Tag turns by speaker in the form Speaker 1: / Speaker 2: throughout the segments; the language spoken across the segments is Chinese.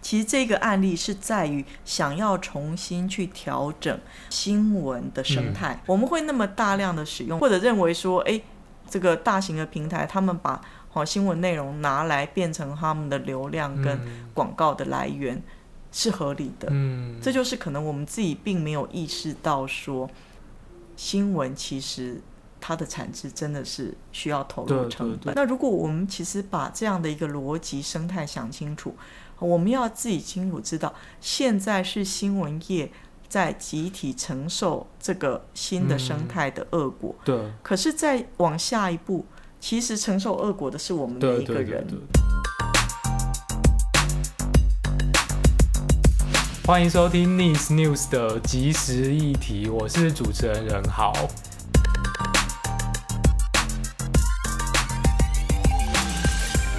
Speaker 1: 其实这个案例是在于想要重新去调整新闻的生态，我们会那么大量的使用，或者认为说，哎，这个大型的平台他们把好、新闻内容拿来变成他们的流量跟广告的来源、是合理的。
Speaker 2: 嗯，
Speaker 1: 这就是可能我们自己并没有意识到说，新闻其实它的产值真的是需要投
Speaker 2: 对
Speaker 1: 入
Speaker 2: 对
Speaker 1: 成
Speaker 2: 对
Speaker 1: 本。那如果我们其实把这样的一个逻辑生态想清楚，我们要自己清楚知道，现在是新闻业在集体承受这个新的生态的恶果，
Speaker 2: 对
Speaker 1: 可是再往下一步，其实承受恶果的是我们每
Speaker 2: 对
Speaker 1: 一个
Speaker 2: 对
Speaker 1: 人。
Speaker 2: 对对。欢迎收听 News News 的即时议题，我是主持人任豪。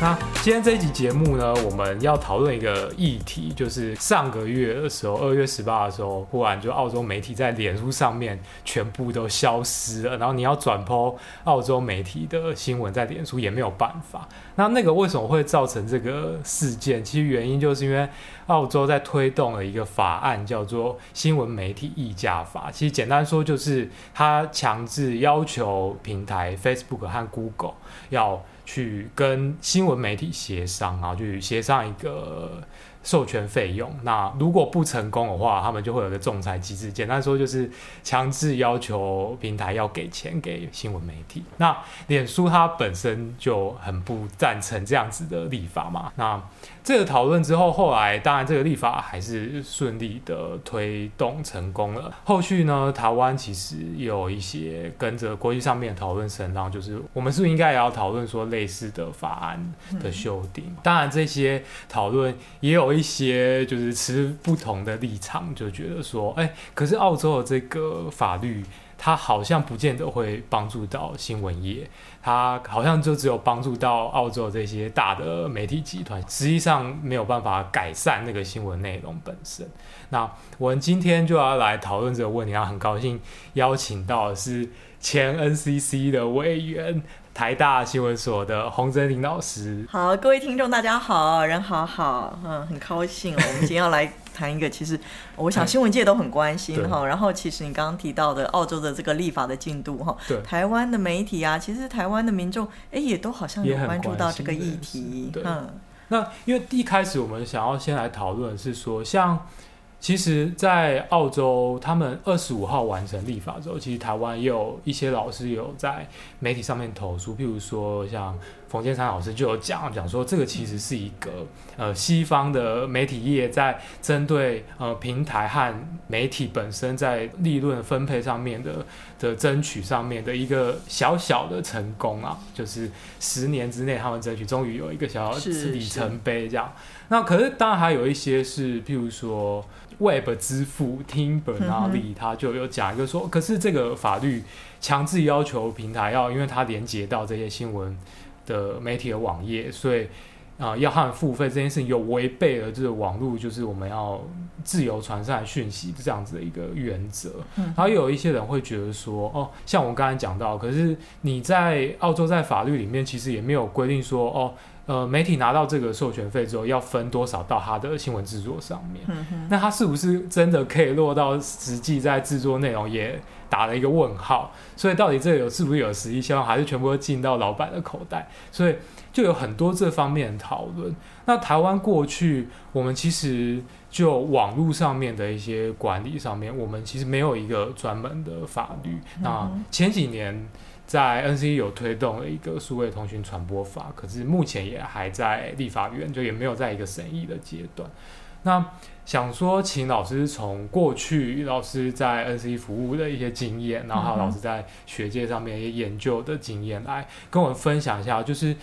Speaker 2: 那今天这一集节目呢，我们要讨论一个议题，就是上个月的时候，二月十八的时候，忽然就澳洲媒体在脸书上面全部都消失了，然后你要转播澳洲媒体的新闻在脸书也没有办法。那那个为什么会造成这个事件？其实原因就是因为澳洲在推动了一个法案，叫做《新闻媒体议价法》。其实简单说就是，它强制要求平台 Facebook 和 Google 要去跟新闻媒体协商，然后去协商一个授权费用。那如果不成功的话，他们就会有一个仲裁机制。简单说就是强制要求平台要给钱给新闻媒体。那脸书它本身就很不赞成这样子的立法嘛。那这个讨论之后，后来当然这个立法还是顺利的推动成功了。后续呢，台湾其实也有一些跟着国际上面的讨论声浪，就是我们是不是应该也要讨论说类似的法案的修订？当然这些讨论也有一些就是持不同的立场，就觉得说，哎、可是澳洲的这个法律。它好像不见得会帮助到新闻业，它好像就只有帮助到澳洲这些大的媒体集团，实际上没有办法改善那个新闻内容本身。那我们今天就要来讨论这个问题，然后很高兴邀请到的是前 NCC 的委员、台大新闻所的洪真林老师。
Speaker 1: 好，各位听众大家好，人好好，嗯，很高兴哦、我们今天要来谈一个，其实我想新闻界都很关心哈。然后，其实你刚刚提到的澳洲的这个立法的进度哈
Speaker 2: 对，
Speaker 1: 台湾的媒体啊，其实台湾的民众哎也都好像有
Speaker 2: 也很
Speaker 1: 关注到这个
Speaker 2: 关心
Speaker 1: 议
Speaker 2: 这件事
Speaker 1: 题
Speaker 2: 对，
Speaker 1: 嗯，
Speaker 2: 那因为一开始我们想要先来讨论的是说，像其实，在澳洲他们二十五号完成立法之后，其实台湾也有一些老师有在媒体上面投诉，譬如说像冯建山老师就有讲讲说，这个其实是一个呃西方的媒体业在针对呃平台和媒体本身在利润分配上面的的争取上面的一个小小的成功啊，就是十年之内他们争取终于有一个小小
Speaker 1: 是
Speaker 2: 的里
Speaker 1: 是
Speaker 2: 程碑这样。那可是当然还有一些是，譬如说 Web 支付 Timber 那里，啊他就有讲一个说，可是这个法律强制要求平台要，因为它连接到这些新闻的媒体的网页，所以啊、呃要和付费这件事情有违背了这个网络就是我们要自由传散讯息这样子的一个原则。
Speaker 1: 嗯
Speaker 2: 然后有一些人会觉得说，哦，像我刚才讲到，可是你在澳洲在法律里面其实也没有规定说，哦，呃，媒体拿到这个授权费之后要分多少到它的新闻制作上面。
Speaker 1: 嗯哼，
Speaker 2: 那它是不是真的可以落到实际在制作内容也打了一个问号？所以到底这个有是不是有实际效用，还是全部都进到老板的口袋？所以就有很多这方面的讨论。那台湾过去我们其实就网络上面的一些管理上面，我们其实没有一个专门的法律。那前几年。在 N C E 有推动了一个数位通讯传播法，可是目前也还在立法院，就也没有在一个审议的阶段。那想说，请老师从过去老师在 NC 服务的一些经验，然后还有
Speaker 1: 嗯哼
Speaker 2: 老师在学界上面一些研究的经验，来跟我们分享一下，就是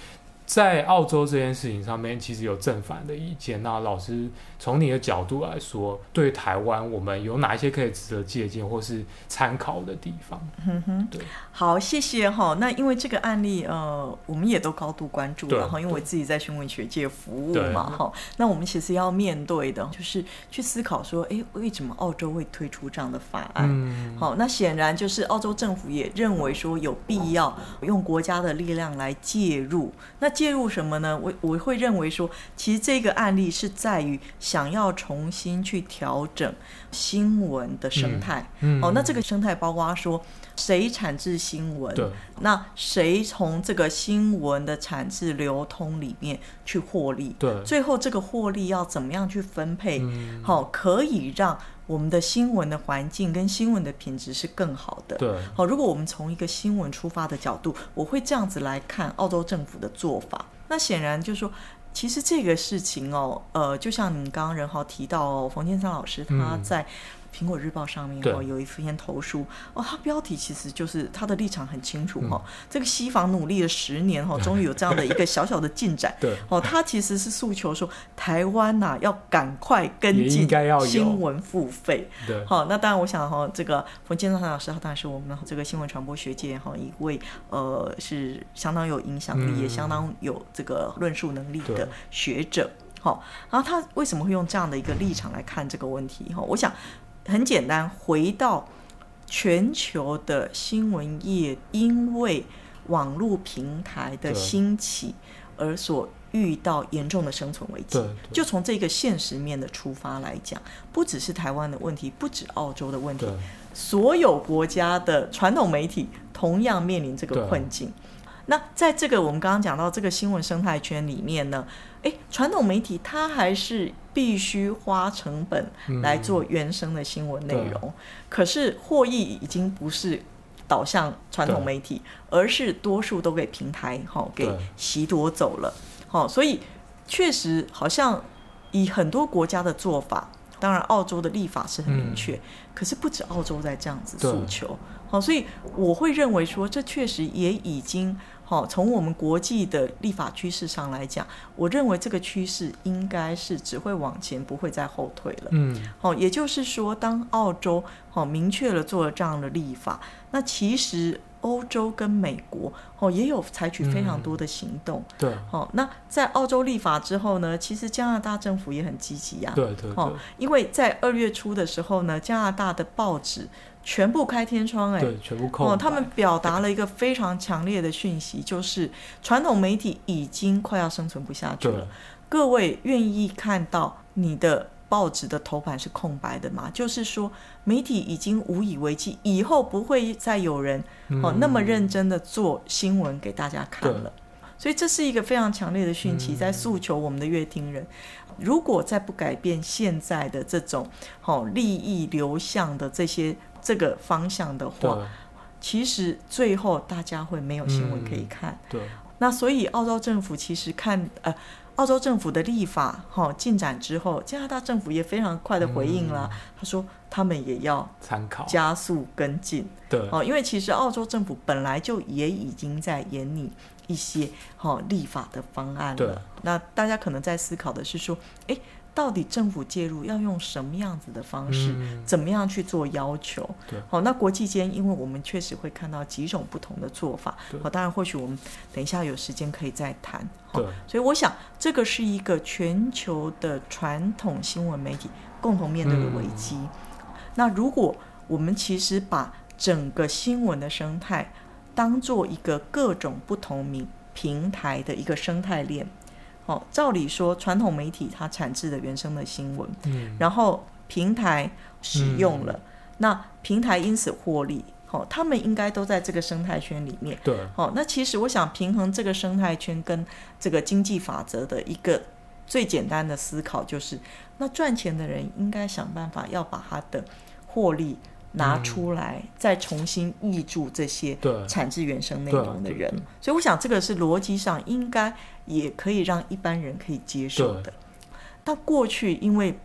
Speaker 2: 在澳洲这件事情上面，其实有正反的意见。那老师从你的角度来说，对台湾我们有哪一些可以值得借鉴或是参考的地方？
Speaker 1: 嗯哼
Speaker 2: 对，
Speaker 1: 好，谢谢哈。那因为这个案例，呃，我们也都高度关注
Speaker 2: 对
Speaker 1: 了哈，因为我自己在新闻学界服务
Speaker 2: 对
Speaker 1: 嘛哈。那我们其实要面对的就是去思考说，诶，为什么澳洲会推出这样的法案？
Speaker 2: 嗯，
Speaker 1: 好，那显然就是澳洲政府也认为说有必要用国家的力量来介入。那介入什么呢？我我会认为说，其实这个案例是在于想要重新去调整新闻的生态。
Speaker 2: 嗯
Speaker 1: 哦，那这个生态包括说谁产制新闻，
Speaker 2: 对，
Speaker 1: 那谁从这个新闻的产制流通里面去获利，
Speaker 2: 对，
Speaker 1: 最后这个获利要怎么样去分配？
Speaker 2: 嗯，
Speaker 1: 好、可以让我们的新闻的环境跟新闻的品质是更好的。
Speaker 2: 对，
Speaker 1: 好，如果我们从一个新闻出发的角度，我会这样子来看澳洲政府的做法。那显然就是说，其实这个事情哦，呃，就像你刚刚仁豪提到、哦，冯建山老师他
Speaker 2: 嗯
Speaker 1: 在。苹果日报上面哦
Speaker 2: 对，
Speaker 1: 有一篇投书哦，他标题其实就是他的立场很清楚哦，这个西方努力了十年哦，终于有这样的一个小小的进展
Speaker 2: 对，
Speaker 1: 哦，他其实是诉求说台湾呐、要赶快跟
Speaker 2: 也应
Speaker 1: 进
Speaker 2: 该要有
Speaker 1: 新闻付费。
Speaker 2: 对，
Speaker 1: 好、那当然我想哈、这个冯建章老师他当然是我们这个新闻传播学界哈、一位呃是相当有影响力，
Speaker 2: 嗯
Speaker 1: 也相当有这个论述能力
Speaker 2: 对
Speaker 1: 的学者。好、然后他为什么会用这样的一个立场来看这个问题？哈、我想很简单，回到全球的新闻业，因为网络平台的
Speaker 2: 对
Speaker 1: 兴起而所遇到严重的生存危机
Speaker 2: 对。，
Speaker 1: 就从这个现实面的出发来讲，不只是台湾的问题，不止澳洲的问题
Speaker 2: 对，，
Speaker 1: 所有国家的传统媒体同样面临这个
Speaker 2: 对啊
Speaker 1: 困境。那在这个我们刚刚讲到这个新闻生态圈里面呢，诶，传统媒体它还是必须花成本
Speaker 2: 嗯
Speaker 1: 来做原生的新闻内
Speaker 2: 对
Speaker 1: 容，可是获益已经不是导向传统
Speaker 2: 对
Speaker 1: 媒体，而是多数都给平台哈、哦、给
Speaker 2: 对
Speaker 1: 洗夺走了，好、所以确实好像以很多国家的做法，当然澳洲的立法是很明确，可是不止澳洲在这样子诉
Speaker 2: 嗯对
Speaker 1: 求，好、所以我会认为说这确实也已经好、从我们国际的立法趋势上来讲，我认为这个趋势应该是只会往前，不会再后退了。
Speaker 2: 嗯，
Speaker 1: 好、哦也就是说，当澳洲好、明确了做了这样的立法，那其实欧洲跟美国哦也有采取非常
Speaker 2: 嗯
Speaker 1: 多的行动。
Speaker 2: 对，
Speaker 1: 好、那在澳洲立法之后呢，其实加拿大政府也很积极呀、
Speaker 2: 对，对，
Speaker 1: 哦
Speaker 2: 对，
Speaker 1: 因为在二月初的时候呢，加拿大的报纸全部开天窗、哎，
Speaker 2: 对，全部空白。
Speaker 1: 哦，他们表达了一个非常强烈的讯息，就是传统媒体已经快要生存不下去
Speaker 2: 对，
Speaker 1: 了。各位愿意看到你的报纸的头版是空白的吗？就是说，媒体已经无以为继，以后不会再有人哦
Speaker 2: 嗯
Speaker 1: 那么认真的做新闻给大家看了。所以这是一个非常强烈的讯
Speaker 2: 嗯
Speaker 1: 息，在诉求我们的乐听人，如果再不改变现在的这种好、哦、利益流向的这些这个方向的话，
Speaker 2: 对，
Speaker 1: 其实最后大家会没有新闻可以
Speaker 2: 嗯
Speaker 1: 看。
Speaker 2: 对，
Speaker 1: 那所以澳洲政府其实看呃，澳洲政府的立法哈、哦进展之后，加拿大政府也非常快的回应
Speaker 2: 嗯
Speaker 1: 啦，他说他们也要
Speaker 2: 参考。
Speaker 1: 加速跟进
Speaker 2: 对，
Speaker 1: 哦，因为其实澳洲政府本来就也已经在研拟一些哈、哦立法的方案
Speaker 2: 对
Speaker 1: 了。那大家可能在思考的是说，诶，到底政府介入要用什么样子的方式？
Speaker 2: 嗯，
Speaker 1: 怎么样去做要求？
Speaker 2: 对
Speaker 1: 好、那国际间，因为我们确实会看到几种不同的做法
Speaker 2: 对。
Speaker 1: 好、当然或许我们等一下有时间可以再谈。好、
Speaker 2: 对，
Speaker 1: 所以我想这个是一个全球的传统新闻媒体共同面对的危机。
Speaker 2: 嗯
Speaker 1: 那如果我们其实把整个新闻的生态当做一个各种不同名平台的一个生态链，哦，照理说传统媒体它产制的原生的新闻。
Speaker 2: 嗯，
Speaker 1: 然后平台使用了，那平台因此获利，好、他们应该都在这个生态圈里面。
Speaker 2: 对，
Speaker 1: 好、那其实我想平衡这个生态圈跟这个经济法则的一个最简单的思考就是，那赚钱的人应该想办法要把他的获利拿出来，再重新挹注这些
Speaker 2: 对，
Speaker 1: 产制原生内
Speaker 2: 对啊
Speaker 1: 容的
Speaker 2: 对
Speaker 1: 人
Speaker 2: 对。
Speaker 1: 所以我想这个是逻辑上应该也可以让一般人可以接受的。那过去因为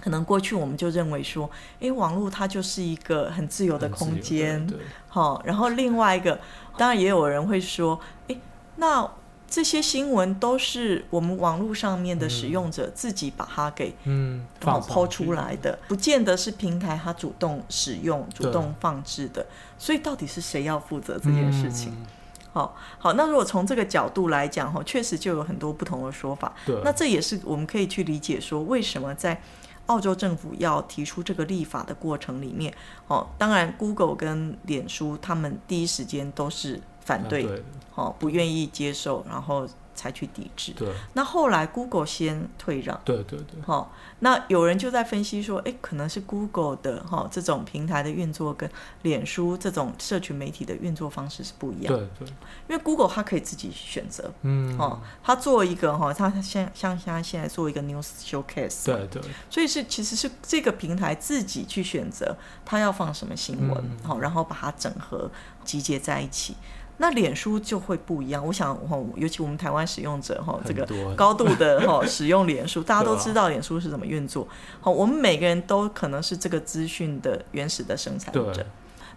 Speaker 1: 可能过去我们就认为说，诶，网络它就是一个很自由的
Speaker 2: 很自
Speaker 1: 空
Speaker 2: 由
Speaker 1: 间，
Speaker 2: 对，对
Speaker 1: 好、然后另外一个，当然也有人会说，诶，那这些新闻都是我们网络上面的使用者自己把它给
Speaker 2: 嗯，
Speaker 1: 然后
Speaker 2: 放上
Speaker 1: 抛
Speaker 2: 去
Speaker 1: 出，来的，不见得是平台它主动使用、主
Speaker 2: 对
Speaker 1: 动放置的，所以到底是谁要负责这件事情？
Speaker 2: 嗯，
Speaker 1: 好好，那如果从这个角度来讲，哈，确实就有很多不同的说法。
Speaker 2: 对，
Speaker 1: 那这也是我们可以去理解说，为什么在澳洲政府要提出这个立法的过程里面，哦，当然 Google 跟脸
Speaker 2: 啊
Speaker 1: 书他们第一时间都是反对，
Speaker 2: 对，
Speaker 1: 哦，不愿意接受，然后才去抵制。
Speaker 2: 对
Speaker 1: 那后来 Google 先退让。
Speaker 2: 对对对，
Speaker 1: 好、那有人就在分析说，诶，可能是 Google 的哈、这种平台的运作跟脸书这种社群媒体的运作方式是不一样，
Speaker 2: 对对，
Speaker 1: 因为 Google 它可以自己选择
Speaker 2: 嗯，
Speaker 1: 哦，它做一个哈、它现像像现在做一个 News Showcase，
Speaker 2: 对对
Speaker 1: 所以是其实是这个平台自己去选择它要放什么新闻
Speaker 2: 嗯，
Speaker 1: 好、然后把它整合集结在一起。那脸书就会不一样，我想哈、尤其我们台湾使用者哈、哦这
Speaker 2: 很
Speaker 1: 个
Speaker 2: 多
Speaker 1: 高度的哈、使用脸书，大家都
Speaker 2: 对啊
Speaker 1: 知道脸书是怎么运作。好、我们每个人都可能是这个资讯的原始的生产者
Speaker 2: 对。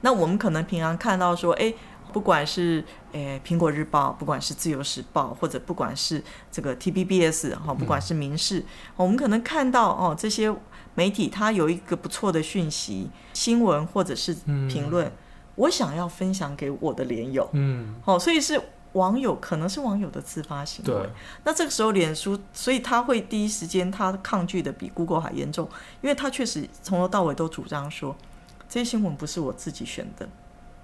Speaker 1: 那我们可能平常看到说，哎，不管是诶《苹果日报》，不管是《自由时报》，或者不管是这个 TBBS 哈、不管是民视，我们可能看到哦这些媒体它有一个不错的讯息、新闻或者是
Speaker 2: 嗯
Speaker 1: 评论，我想要分享给我的连友，
Speaker 2: 嗯，
Speaker 1: 哦，所以是网友可能是网友的自发行为
Speaker 2: 对。
Speaker 1: 那这个时候，脸书，所以他会第一时间他抗拒的比 Google 还严重，因为他确实从头到尾都主张说，这些新闻不是我自己选的。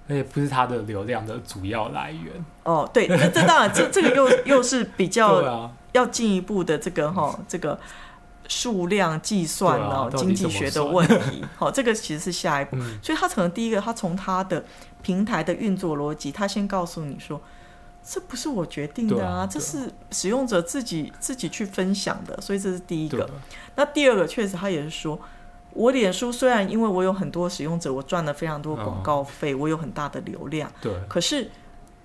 Speaker 2: 而且不是它的流量的主要来源，
Speaker 1: 哦，对，这这当然，这这个又又是比较
Speaker 2: 对啊，
Speaker 1: 要进一步的这个哈、这个数量计算
Speaker 2: 对啊
Speaker 1: 哦，
Speaker 2: 到底
Speaker 1: 经济学的
Speaker 2: 怎么
Speaker 1: 问题， 好、这个其实是下一步。
Speaker 2: 嗯
Speaker 1: 所以他可能第一个，他从他的平台的运作逻辑，他先告诉你说，这不是我决定的
Speaker 2: 对啊
Speaker 1: 这
Speaker 2: 对啊
Speaker 1: 是使用者自己自己去分享的，所以这是第一
Speaker 2: 对
Speaker 1: 个。那第二个，确实他也是说。我脸书虽然因为我有很多使用者，我赚了非常多广
Speaker 2: 哦
Speaker 1: 告费，我有很大的流量，
Speaker 2: 对
Speaker 1: 可是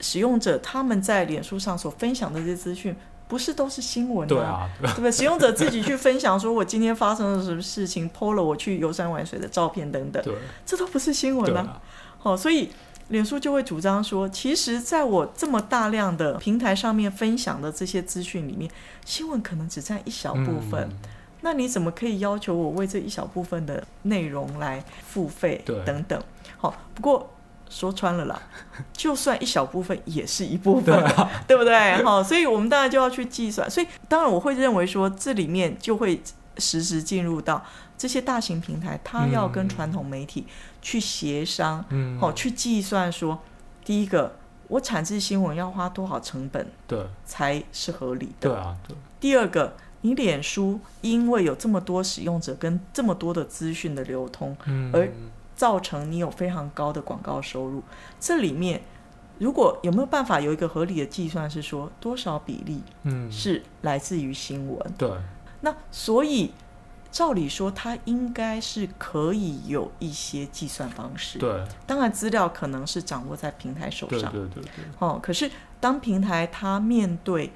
Speaker 1: 使用者他们在脸书上所分享的这些资讯，不是都是新闻
Speaker 2: 对
Speaker 1: 吗？
Speaker 2: 啊，
Speaker 1: 对不对？使用者自己去分享，说我今天发生了什么事情，PO 了我去游山玩水的照片等等，
Speaker 2: 对
Speaker 1: 这都不是新闻
Speaker 2: 对
Speaker 1: 啊。
Speaker 2: 啊，
Speaker 1: 好、所以脸书就会主张说，其实在我这么大量的平台上面分享的这些资讯里面，新闻可能只占一小部分。
Speaker 2: 嗯
Speaker 1: 那你怎么可以要求我为这一小部分的内容来付费
Speaker 2: 对
Speaker 1: 等等？好，不过说穿 了啦，就算一小部分也是一部分，
Speaker 2: 啊
Speaker 1: 对,、不对？好，所以我们当然就要去计算。所以当然我会认为说，这里面就会实时进入到这些大型平台，它要跟
Speaker 2: 嗯
Speaker 1: 传统媒体去协商，
Speaker 2: 嗯，
Speaker 1: 好、去计算说，第一个我产制新闻要花多少成本
Speaker 2: 对
Speaker 1: 才是合理的
Speaker 2: 对？啊，对
Speaker 1: 第二个，你脸书因为有这么多使用者跟这么多的资讯的流通，
Speaker 2: 嗯，
Speaker 1: 而造成你有非常高的广告收入。这里面如果有没有办法有一个合理的计算，是说多少比例
Speaker 2: 嗯，
Speaker 1: 是来自于新闻？
Speaker 2: 对
Speaker 1: 那所以照理说，它应该是可以有一些计算方式。
Speaker 2: 对
Speaker 1: 当然，资料可能是掌握在平台手
Speaker 2: 对
Speaker 1: 上。
Speaker 2: 对对对，
Speaker 1: 哦，可是当平台它面对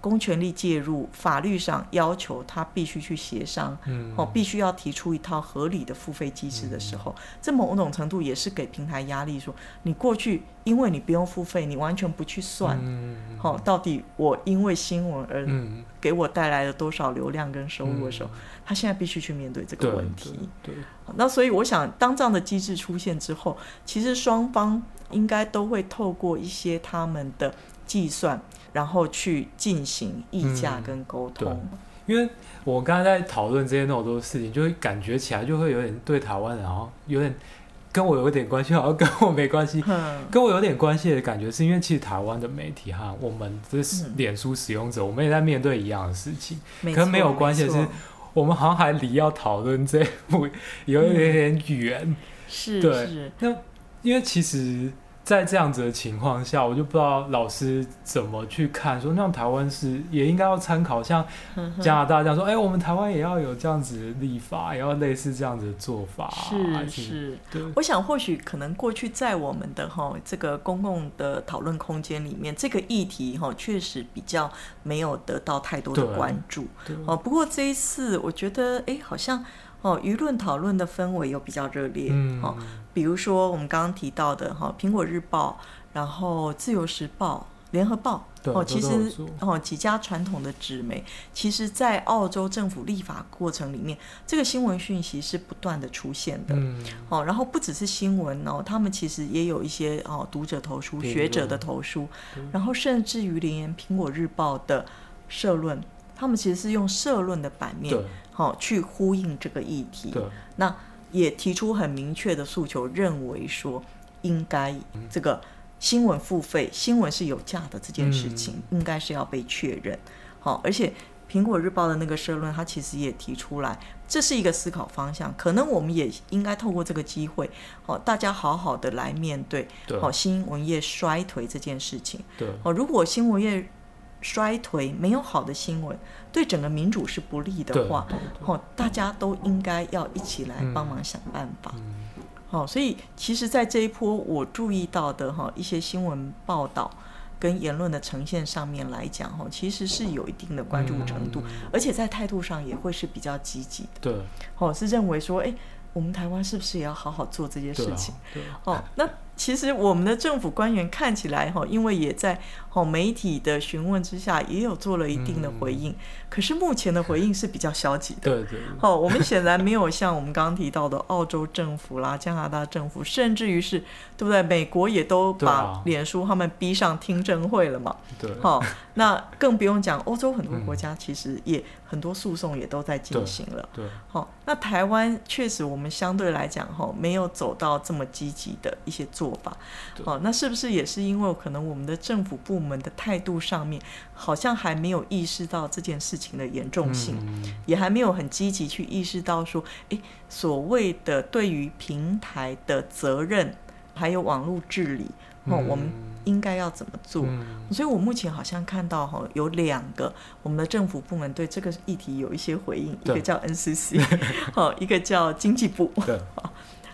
Speaker 1: 公权力介入，法律上要求它必须去协商，
Speaker 2: 嗯，
Speaker 1: 哦，必须要提出一套合理的付费机制的时候，
Speaker 2: 嗯
Speaker 1: 这某种程度也是给平台压力说，你过去因为你不用付费，你完全不去算，
Speaker 2: 嗯，
Speaker 1: 哦，到底我因为新闻而
Speaker 2: 嗯，
Speaker 1: 给我带来了多少流量跟收入的时候，
Speaker 2: 嗯
Speaker 1: 他现在必须去面对这个
Speaker 2: 对
Speaker 1: 问题。
Speaker 2: 对对
Speaker 1: 那所以我想，当这样的机制出现之后，其实双方应该都会透过一些他们的计算，然后去进行议价
Speaker 2: 嗯
Speaker 1: 跟沟通。
Speaker 2: 因为我刚才在讨论这些那么多事情，就会感觉起来就会有点对台湾人好像有点跟我有点关系，好像跟我没关系。
Speaker 1: 嗯，
Speaker 2: 跟我有点关系的感觉，是因为其实台湾的媒体哈，我们这
Speaker 1: 嗯
Speaker 2: 脸书使用者，我们也在面对一样的事情。
Speaker 1: 没
Speaker 2: 可
Speaker 1: 错，
Speaker 2: 能没有关系的
Speaker 1: 没
Speaker 2: 是
Speaker 1: 错，
Speaker 2: 我们好像还离要讨论这一部 有一点点远。
Speaker 1: 是
Speaker 2: 对
Speaker 1: 是，
Speaker 2: 那因为其实，在这样子的情况下，我就不知道老师怎么去看，说那样台湾是也应该要参考像
Speaker 1: 呵呵
Speaker 2: 加拿大这样说，哎、我们台湾也要有这样子的立法，也要类似这样子的做法啊，还
Speaker 1: 是是。
Speaker 2: 对，
Speaker 1: 我想，或许可能过去在我们的哈这个公共的讨论空间里面，这个议题哈确实比较没有得到太多的
Speaker 2: 对
Speaker 1: 关注。
Speaker 2: 对，
Speaker 1: 哦，不过这一次我觉得，哎，好像哦，舆论讨论的氛围又比较热烈。
Speaker 2: 嗯，
Speaker 1: 哦，比如说我们刚刚提到的哈，苹果日报》，然后《自由时报》。联合报
Speaker 2: 对
Speaker 1: 哦，
Speaker 2: 都
Speaker 1: 其
Speaker 2: 都有
Speaker 1: 实
Speaker 2: 做
Speaker 1: 哦几家传统的纸媒，其实，在澳洲政府立法过程里面，这个新闻讯息是不断的出现的。
Speaker 2: 嗯，
Speaker 1: 哦，然后不只是新闻哦，他们其实也有一些哦读者投书、
Speaker 2: 评
Speaker 1: 学者
Speaker 2: 论嗯
Speaker 1: 的投书
Speaker 2: 对，
Speaker 1: 然后甚至于连《苹果日报》的社论，他们其实是用社论的版面
Speaker 2: 对
Speaker 1: 好、哦去呼应这个议题，
Speaker 2: 对，
Speaker 1: 那也提出很明确的诉求，认为说应该这个新闻付费，新闻是有价的这件事情，
Speaker 2: 嗯
Speaker 1: 应该是要被确认。好、而且苹果日报的那个社论，它其实也提出来，这是一个思考方向，可能我们也应该透过这个机会，好、大家好好的来面对，
Speaker 2: 对
Speaker 1: 好、新闻业衰退这件事情。
Speaker 2: 对
Speaker 1: 哦，如果新闻业衰退，没有好的新闻，对整个民主是不利
Speaker 2: 对嗯
Speaker 1: 的话，哦，大家都应该要一起来帮忙想办法。好、所以其实，在这一波我注意到的哈、一些新闻报道跟言论的呈现上面来讲，哈、其实是有一定的关注
Speaker 2: 嗯
Speaker 1: 程度，而且在态度上也会是比较积极的。
Speaker 2: 对
Speaker 1: 哦，是认为说，哎，我们台湾是不是也要好好做这些
Speaker 2: 对
Speaker 1: 事
Speaker 2: 啊
Speaker 1: 情？
Speaker 2: 对啊
Speaker 1: 哦，那其实我们的政府官员看起来哈、因为也在哦媒体的询问之下，也有做了一定的回应，可是目前的回应是比较消极的。
Speaker 2: 嗯对对
Speaker 1: 哦，我们显然没有像我们刚刚提到的澳洲政府啦、 加拿大政府，甚至于是对不对？美国也都
Speaker 2: 对啊
Speaker 1: 把脸书他们逼上听证会了嘛。
Speaker 2: 对对嗯
Speaker 1: 好、那更不用讲，欧洲很多国家其实也、很多诉讼也都在进
Speaker 2: 对
Speaker 1: 行了。
Speaker 2: 对
Speaker 1: 好、那台湾确实我们相对来讲哈、没有走到这么积极的一些做法。
Speaker 2: 对
Speaker 1: 好、那是不是也是因为可能我们的政府部门的态度上面，好像还没有意识到这件事情的严重性，
Speaker 2: 嗯
Speaker 1: 也还没有很积极去意识到说，诶，所谓的对于平台的责任，还有网络治理，哦，我们应该要怎么做？
Speaker 2: 嗯
Speaker 1: 所以我目前好像看到哈、有两个我们的政府部门对这个议题有一些回应，一
Speaker 2: 对
Speaker 1: 个叫 NCC，哦，一个叫经济部。
Speaker 2: 对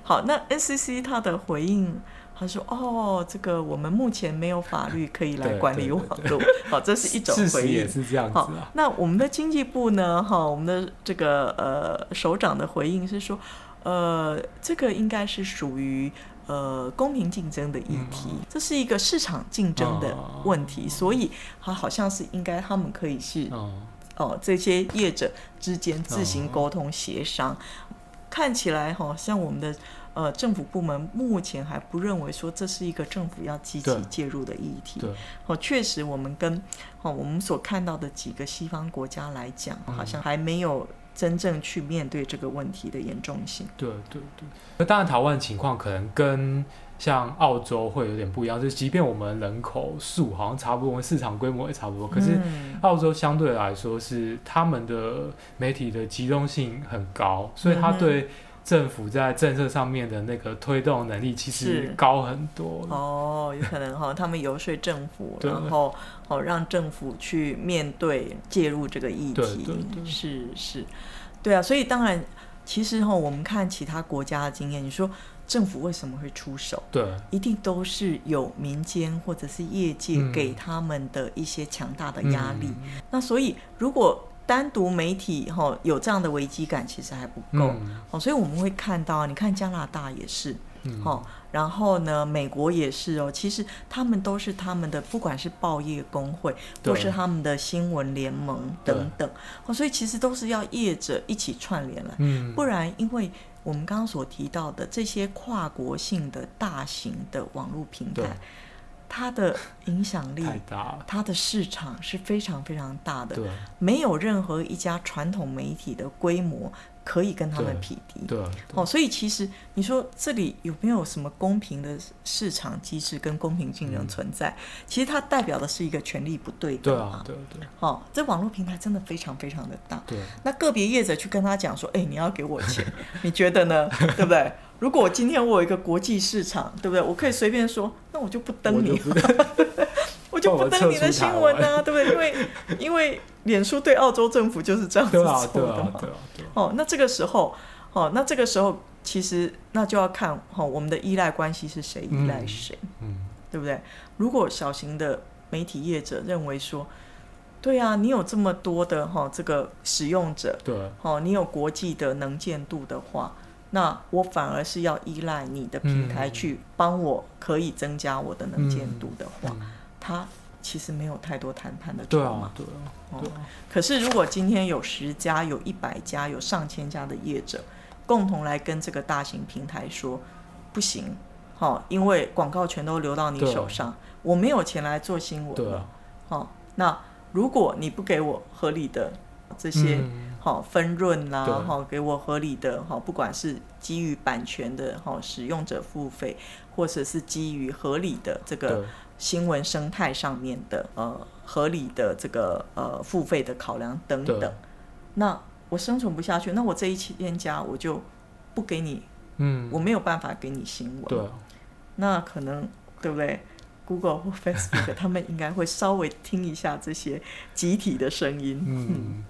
Speaker 1: 好，那 NCC 它的回应。他说：“哦，这个我们目前没有法律可以来
Speaker 2: 对
Speaker 1: 管
Speaker 2: 对
Speaker 1: 理
Speaker 2: 对
Speaker 1: 网络，好，这 是一种
Speaker 2: 事
Speaker 1: 回
Speaker 2: 实
Speaker 1: 应
Speaker 2: 也。是这样子
Speaker 1: 好
Speaker 2: 啊，，
Speaker 1: 那我们的经济部呢？哈，我们的这个呃首长的回应是说，呃，这个应该是属于呃公平竞争的议题，这是一个市场竞争的问题，所以它好像是应该他们可以是
Speaker 2: 嗯，
Speaker 1: 哦、这些业者之间自行沟通协商。看起来哈、像我们的呃政府部门目前还不认为说这是一个政府要积极
Speaker 2: 对
Speaker 1: 介入的议题。
Speaker 2: 对
Speaker 1: 哦，确实，我们跟哦我们所看到的几个西方国家来讲，
Speaker 2: 嗯
Speaker 1: 好像还没有真正去面对这个问题的严重性。
Speaker 2: 对对对。那当然，台湾的情况可能跟像澳洲会有点不一样，就是即便我们人口数好像差不多，我们市场规模也差不多，可是啊
Speaker 1: 嗯
Speaker 2: 澳洲相对来说是他们的媒体的集中性很高，所以他
Speaker 1: 嗯哼
Speaker 2: 对政府在政策上面的那个推动能力其实
Speaker 1: 是
Speaker 2: 高很多。
Speaker 1: 哦，有可能哈、他们游说政府，
Speaker 2: 对
Speaker 1: 然后哦让政府去面对介入这个议题，
Speaker 2: 对对对
Speaker 1: 是是，对啊，所以当然，其实哈、我们看其他国家的经验，你说政府为什么会出手？
Speaker 2: 对
Speaker 1: 一定都是有民间或者是业界
Speaker 2: 嗯
Speaker 1: 给他们的一些强大的压力，
Speaker 2: 嗯
Speaker 1: 那所以，如果单独媒体哈、吼有这样的危机感，其实还不够。
Speaker 2: 嗯
Speaker 1: 哦，所以我们会看到，你看加拿大也是，
Speaker 2: 嗯
Speaker 1: 哦，然后呢，美国也是哦。其实他们都是他们的，不管是报业工会，
Speaker 2: 对
Speaker 1: 或是他们的新闻联盟等等，哦，所以其实都是要业者一起串联来，
Speaker 2: 嗯，
Speaker 1: 不然因为我们刚刚所提到的这些跨国性的大型的网络平
Speaker 2: 对
Speaker 1: 台，它的影响力
Speaker 2: 太大了，
Speaker 1: 它的市场是非常非常大的，
Speaker 2: 对
Speaker 1: 没有任何一家传统媒体的规模可以跟他们
Speaker 2: 对
Speaker 1: 匹敌。
Speaker 2: 对
Speaker 1: 哦，所以其实你说这里有没有什么公平的市场机制跟公平竞
Speaker 2: 嗯
Speaker 1: 争存在？其实它代表的是一个权力不对
Speaker 2: 对
Speaker 1: 等
Speaker 2: 啊，
Speaker 1: 嘛。
Speaker 2: 对对
Speaker 1: 哦，这网络平台真的非常非常的大。
Speaker 2: 对，
Speaker 1: 那个别业者去跟他讲说，哎、你要给我 钱，你觉得呢？对不对？如果我今天我有一个国际市场，对不对？我可以随便说，那我就不
Speaker 2: 我
Speaker 1: 登
Speaker 2: 就
Speaker 1: 你，
Speaker 2: 不知
Speaker 1: 我就不登你的新闻
Speaker 2: 帮
Speaker 1: 啊，对不对？因为因为脸书对澳洲政府 就是这样子
Speaker 2: 对啊，
Speaker 1: 做
Speaker 2: 对
Speaker 1: 的
Speaker 2: 啊，
Speaker 1: 嘛。
Speaker 2: 对啊，对啊，
Speaker 1: 哦，那这个时候，哦，那这个时候其实那就要看哦，我们的依赖关系是谁依赖谁，
Speaker 2: 嗯，
Speaker 1: 对不对？如果小型的媒体业者认为说，对啊，你有这么多的哈、哦、这个使用者，
Speaker 2: 对
Speaker 1: 哦，你有国际的能见度的话，那我反而是要依赖你的平台
Speaker 2: 嗯
Speaker 1: 去帮我，可以增加我的能见度的话，
Speaker 2: 嗯
Speaker 1: 它其实没有太多谈判的筹
Speaker 2: 对
Speaker 1: 码
Speaker 2: 啊，。对啊，
Speaker 1: 哦
Speaker 2: 对啊，
Speaker 1: 可是如果今天有十家、有一百家、有上千家的业者，共同来跟这个大型平台说，不行，好、因为广告全都流到你
Speaker 2: 对啊
Speaker 1: 手上，我没有钱来做新闻哦
Speaker 2: 对
Speaker 1: 了
Speaker 2: 啊，，
Speaker 1: 好、那如果你不给我合理的这些
Speaker 2: 嗯
Speaker 1: 好、分润啦、
Speaker 2: 对
Speaker 1: 好、给我合理的哦好、不管是基于版权的好、使用者付费，或者是基于合理的这个
Speaker 2: 对，
Speaker 1: 新闻生态上面的呃合理的这个呃付费的考量等
Speaker 2: 对
Speaker 1: 等。那我生存不下去，那我这一千家我就不给你，
Speaker 2: 嗯，
Speaker 1: 我没有办法给你新闻。
Speaker 2: 对，
Speaker 1: 那可能对不对？Google 或 Facebook 他们应该会稍微听一下这些集体的声音。
Speaker 2: 嗯。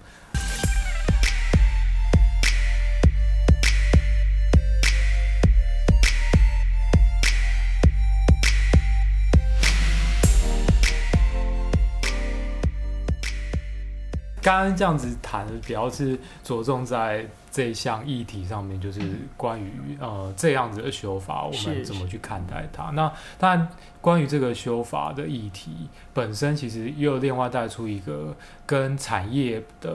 Speaker 2: 刚刚这样子谈的比较是着重在这项议题上面，就是关于呃这样子的修法，我
Speaker 1: 是
Speaker 2: 们怎么去看待它？那当然，关于这个修法的议题本身，其实又另外带出一个跟产业的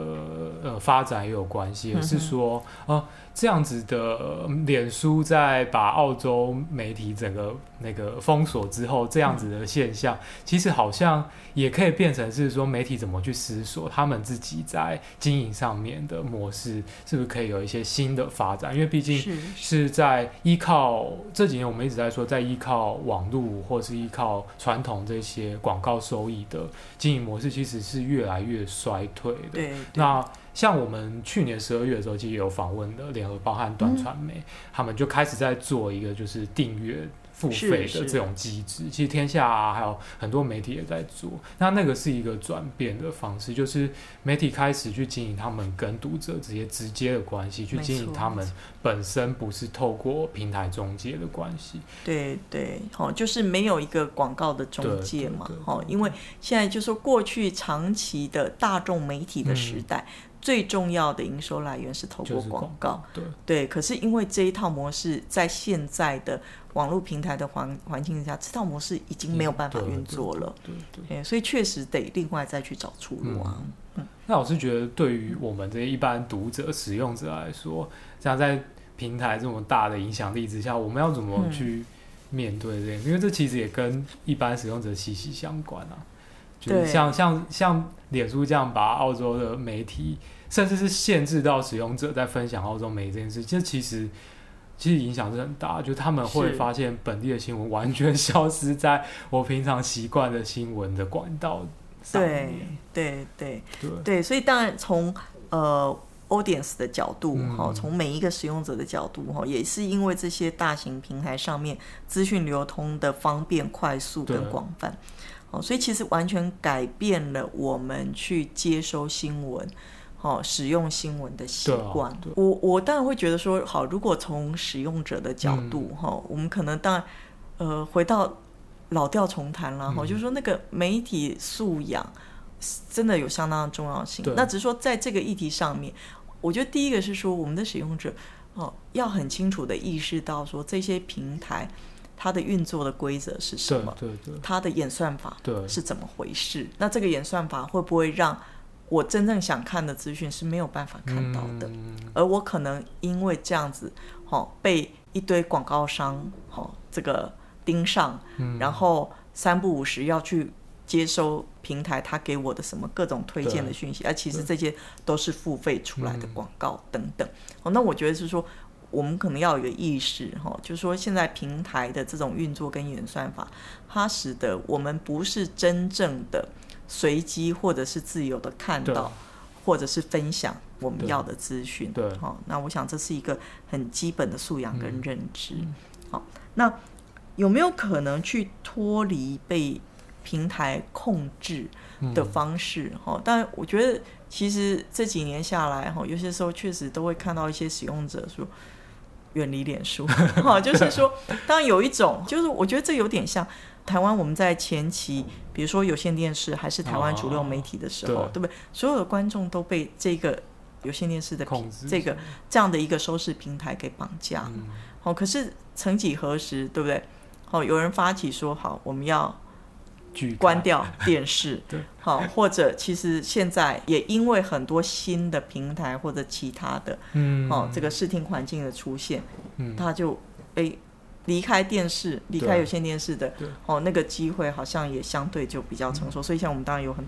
Speaker 2: 呃发展也有关系，
Speaker 1: 嗯哼
Speaker 2: 是说呃这样子的呃脸书在把澳洲媒体整个那个封锁之后，这样子的现象，其实好像也可以变成是说媒体怎么去思索他们自己在经营上面的模式，是不是可以有一些新的发展？因为毕竟
Speaker 1: 是
Speaker 2: 是在依靠这几年我们一直在说，在依靠网络或是依靠传统这些广告收益的经营模式，其实是越来越衰退的。
Speaker 1: 对，
Speaker 2: 那像我们去年十二月的时候，其实有访问的联合报和短传媒，
Speaker 1: 嗯
Speaker 2: 他们就开始在做一个就是订阅付费
Speaker 1: 是
Speaker 2: 的
Speaker 1: 是
Speaker 2: 这种机制。其实天下啊，还有很多媒体也在做。那那个是一个转变的方式，就是媒体开始去经营他们跟读者直接直接的关系，去
Speaker 1: 没
Speaker 2: 经营
Speaker 1: 错
Speaker 2: 他
Speaker 1: 没
Speaker 2: 们本身不是透过平台中介的关系。
Speaker 1: 对对，好、就是没有一个广告的中
Speaker 2: 对
Speaker 1: 介嘛
Speaker 2: 对对，
Speaker 1: 好、因为现在就说过去长期的大众媒体的时
Speaker 2: 嗯
Speaker 1: 代，最重要的营收来源是透
Speaker 2: 就
Speaker 1: 过
Speaker 2: 是
Speaker 1: 广
Speaker 2: 广
Speaker 1: 告，
Speaker 2: 对，
Speaker 1: 对，可是因为这一套模式在现在的网络平台的环环境下，这套模式已经没有办法
Speaker 2: 对
Speaker 1: 运作了，
Speaker 2: 对对。嗯
Speaker 1: 哎，所以确实得另外再去找出路啊。
Speaker 2: 那我是觉得，对于我们这些一般读者、使用者来说，像在平台这么大的影响力之下，我们要怎么
Speaker 1: 嗯
Speaker 2: 去面对这个？因为这其实也跟一般使用者息息相关啊。就是
Speaker 1: 对
Speaker 2: 像像像脸书这样把澳洲的媒体，甚至是限制到使用者在分享澳洲媒体这件事，这其实其实影响是很大。就是他们会
Speaker 1: 是
Speaker 2: 发现本地的新闻完全 消失在我平常习惯的新闻的管道上
Speaker 1: 对
Speaker 2: 面。
Speaker 1: 对对
Speaker 2: 对
Speaker 1: 对，所以当然从呃 audience 的角度
Speaker 2: 嗯
Speaker 1: 哈，从每一个使用者的角度哈，也是因为这些大型平台上面资讯流通的方便、快速
Speaker 2: 对
Speaker 1: 跟广泛，哦，所以其实完全改变了我们去接收新闻。哦，使用新闻的习
Speaker 2: 对啊
Speaker 1: 惯，
Speaker 2: 对
Speaker 1: 我我当然会觉得说，好，如果从使用者的角度，
Speaker 2: 嗯
Speaker 1: 哈、我们可能当然，呃，回到老调重弹啦，哈、
Speaker 2: 嗯
Speaker 1: 就是说那个媒体素养是真的有相当的重要性
Speaker 2: 对。
Speaker 1: 那只是说在这个议题上面，我觉得第一个是说我们的使用者哦，要很清楚的意识到说这些平台它的运作的规则是什
Speaker 2: 对
Speaker 1: 么，
Speaker 2: 对对
Speaker 1: 它的演算法
Speaker 2: 对，
Speaker 1: 是怎么回事。那这个演算法会不会让我真正想看的资讯是没有办法看到的？
Speaker 2: 嗯
Speaker 1: 而我可能因为这样子，哦，被一堆广告商哦这个盯上，
Speaker 2: 嗯
Speaker 1: 然后三不五时要去接收平台他给我的什么各种推荐的讯息，啊，其实这些都是付费出来的广告等等。哦，那我觉得是说。我们可能要有一个意识，哈，就是说现在平台的这种运作跟演算法，它使得我们不是真正的随机或者是自由的看
Speaker 2: 对
Speaker 1: 到或者是分享我们
Speaker 2: 对
Speaker 1: 要的资讯。
Speaker 2: 对
Speaker 1: 好、那我想这是一个很基本的素养跟
Speaker 2: 嗯
Speaker 1: 认知。
Speaker 2: 嗯
Speaker 1: 好、那有没有可能去脱离被平台控制的
Speaker 2: 嗯
Speaker 1: 方式？哈、但我觉得其实这几年下来，哈、有些时候确实都会看到一些使用者说。远离脸书，哈、就是说，当然有一种，就是我觉得这有点像台湾，我们在前期，比如说有线电视还是台湾主流媒体的时候，
Speaker 2: 哦
Speaker 1: 对不对？所有的观众都被这个有线电视的
Speaker 2: 控
Speaker 1: 平
Speaker 2: 制
Speaker 1: 这个这样的一个收视平台给绑架。
Speaker 2: 嗯
Speaker 1: 哦，可是曾几何时，对不对？哦，有人发起说好，我们要
Speaker 2: 拒
Speaker 1: 关
Speaker 2: 看
Speaker 1: 掉电视
Speaker 2: 对，
Speaker 1: 好，或者其实现在也因为很多新的平台或者其他的
Speaker 2: 嗯
Speaker 1: 哦这个视听环境的出现，
Speaker 2: 嗯
Speaker 1: 他就诶离开电视，离开有线电视的
Speaker 2: 对嗯
Speaker 1: 哦那个机会好像也相对就比较成熟，所以像我们当然有很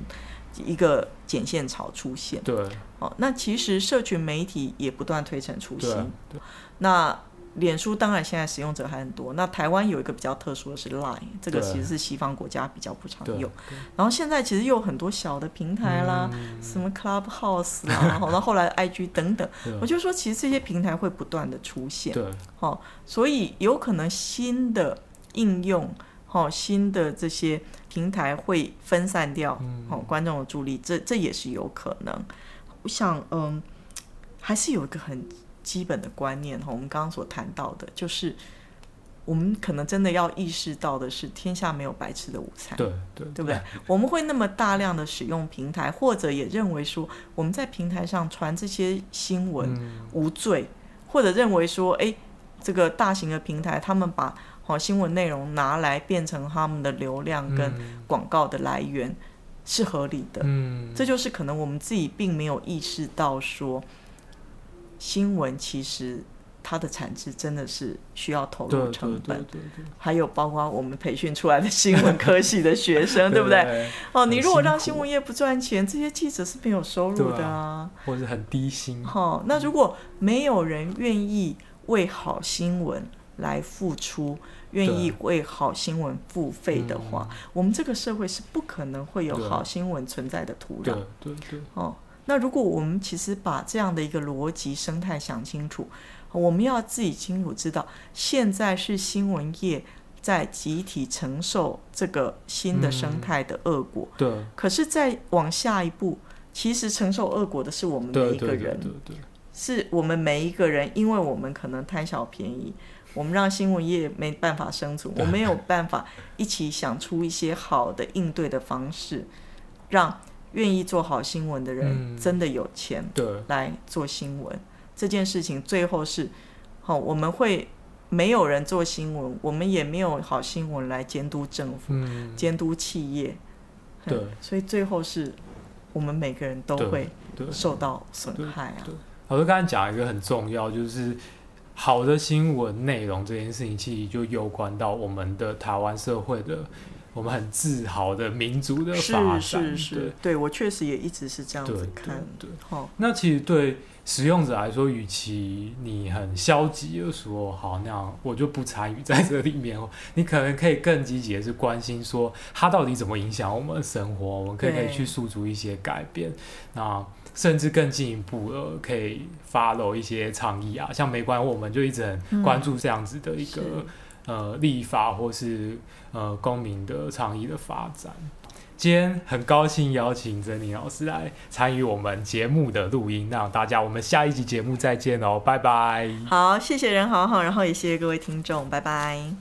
Speaker 1: 一个剪线潮出现。
Speaker 2: 对
Speaker 1: 哦，那其实社群媒体也不断推陈出
Speaker 2: 对啊
Speaker 1: 新。那脸书当然现在使用者还很多，那台湾有一个比较特殊的是 Line，这个
Speaker 2: 对
Speaker 1: 其实是西方国家比较不常
Speaker 2: 对
Speaker 1: 用。然后现在其实又有很多小的平台啦，
Speaker 2: 嗯
Speaker 1: 什么 Clubhouse 啦， 然后然后后来 IG 等等，
Speaker 2: 对
Speaker 1: 我就说其实这些平台会不断的出现，
Speaker 2: 对
Speaker 1: 好、所以有可能新的应用，好、新的这些平台会分散掉，好、观众的注意力，这这也是有可能。我想，嗯，还是有一个很基本的观念哈、我们刚刚所谈到的，就是我们可能真的要意识到的是，天下没有白吃的午餐。
Speaker 2: 对对
Speaker 1: 对不对？我们会那么大量的使用平台，或者也认为说我们在平台上传这些新闻
Speaker 2: 嗯
Speaker 1: 无罪，或者认为说，哎，这个大型的平台他们把好、新闻内容拿来变成他们的流量跟广告的来源、是合理的。
Speaker 2: 嗯
Speaker 1: 这就是可能我们自己并没有意识到说，新闻其实它的产值真的是需要投
Speaker 2: 对
Speaker 1: 入
Speaker 2: 对
Speaker 1: 成
Speaker 2: 对
Speaker 1: 本，
Speaker 2: 对对
Speaker 1: 还有包括我们培训出来的新闻科系的学 生，对不对？
Speaker 2: 对？
Speaker 1: 哦，
Speaker 2: 很
Speaker 1: 你如果
Speaker 2: 辛
Speaker 1: 让
Speaker 2: 苦
Speaker 1: 新闻业不赚钱，这些记者是没有收入
Speaker 2: 对
Speaker 1: 的
Speaker 2: 啊
Speaker 1: 啊。
Speaker 2: 或者很低薪，
Speaker 1: 好、那如果没有人愿意为好新闻来付出，愿意为好新闻付费的话，我们这个社会是不可能会有
Speaker 2: 嗯对
Speaker 1: 好新闻存在的土
Speaker 2: 对
Speaker 1: 壤。
Speaker 2: 对对，
Speaker 1: 哦，那如果我们其实把这样的一个逻辑生态想清楚，我们要自己清楚知道，现在是新闻业在集体承受这个新的生
Speaker 2: 嗯
Speaker 1: 态的恶果。
Speaker 2: 对
Speaker 1: 可是再往下一步，其实承受恶果的是我们每
Speaker 2: 对
Speaker 1: 一个
Speaker 2: 对对
Speaker 1: 人，
Speaker 2: 对对，
Speaker 1: 是我们每一个人，因为我们可能贪小便宜，我们让新闻业没办法生存，我们没有办法一起想出一些好的应对的方式，让愿意做好新闻的人
Speaker 2: 嗯
Speaker 1: 真的有钱
Speaker 2: 对
Speaker 1: 来做新闻、这件事情，最后是好、我们会没有人做新闻，我们也没有好新闻来监督政府。
Speaker 2: 嗯
Speaker 1: 监督企业，
Speaker 2: 对
Speaker 1: 嗯所以最后是我们每个人都
Speaker 2: 对
Speaker 1: 会
Speaker 2: 对。
Speaker 1: 受到损害啊
Speaker 2: 对，老师刚才讲一个很重要，就是好的新闻内容这件事情，其实就攸关到我们的台湾社会的，我们很自豪的民族的发
Speaker 1: 是
Speaker 2: 展。
Speaker 1: 是是，对我确实也一直是这样
Speaker 2: 对
Speaker 1: 子
Speaker 2: 对对
Speaker 1: 看，
Speaker 2: 对。
Speaker 1: 好，
Speaker 2: 那其实对使用者来说，与其你很消极的说“好，那样我就不参与在这里面”，哦，你可能可以更积极的是关心说它到底怎么影响我们的生活，我们可以可
Speaker 1: 对
Speaker 2: 以去诉诸一些改变。那甚至更进一步呃，可以 follow 一些倡议啊，像没关我们就一直很关注这样子的一个、
Speaker 1: 是
Speaker 2: 呃立法或是呃公民的倡议的发展。今天很高兴邀请珍妮老师来参与我们节目的录音，那大家我们下一集节目再见哦，拜拜。
Speaker 1: 好，谢谢任豪哈，然后也谢谢各位听众，拜拜。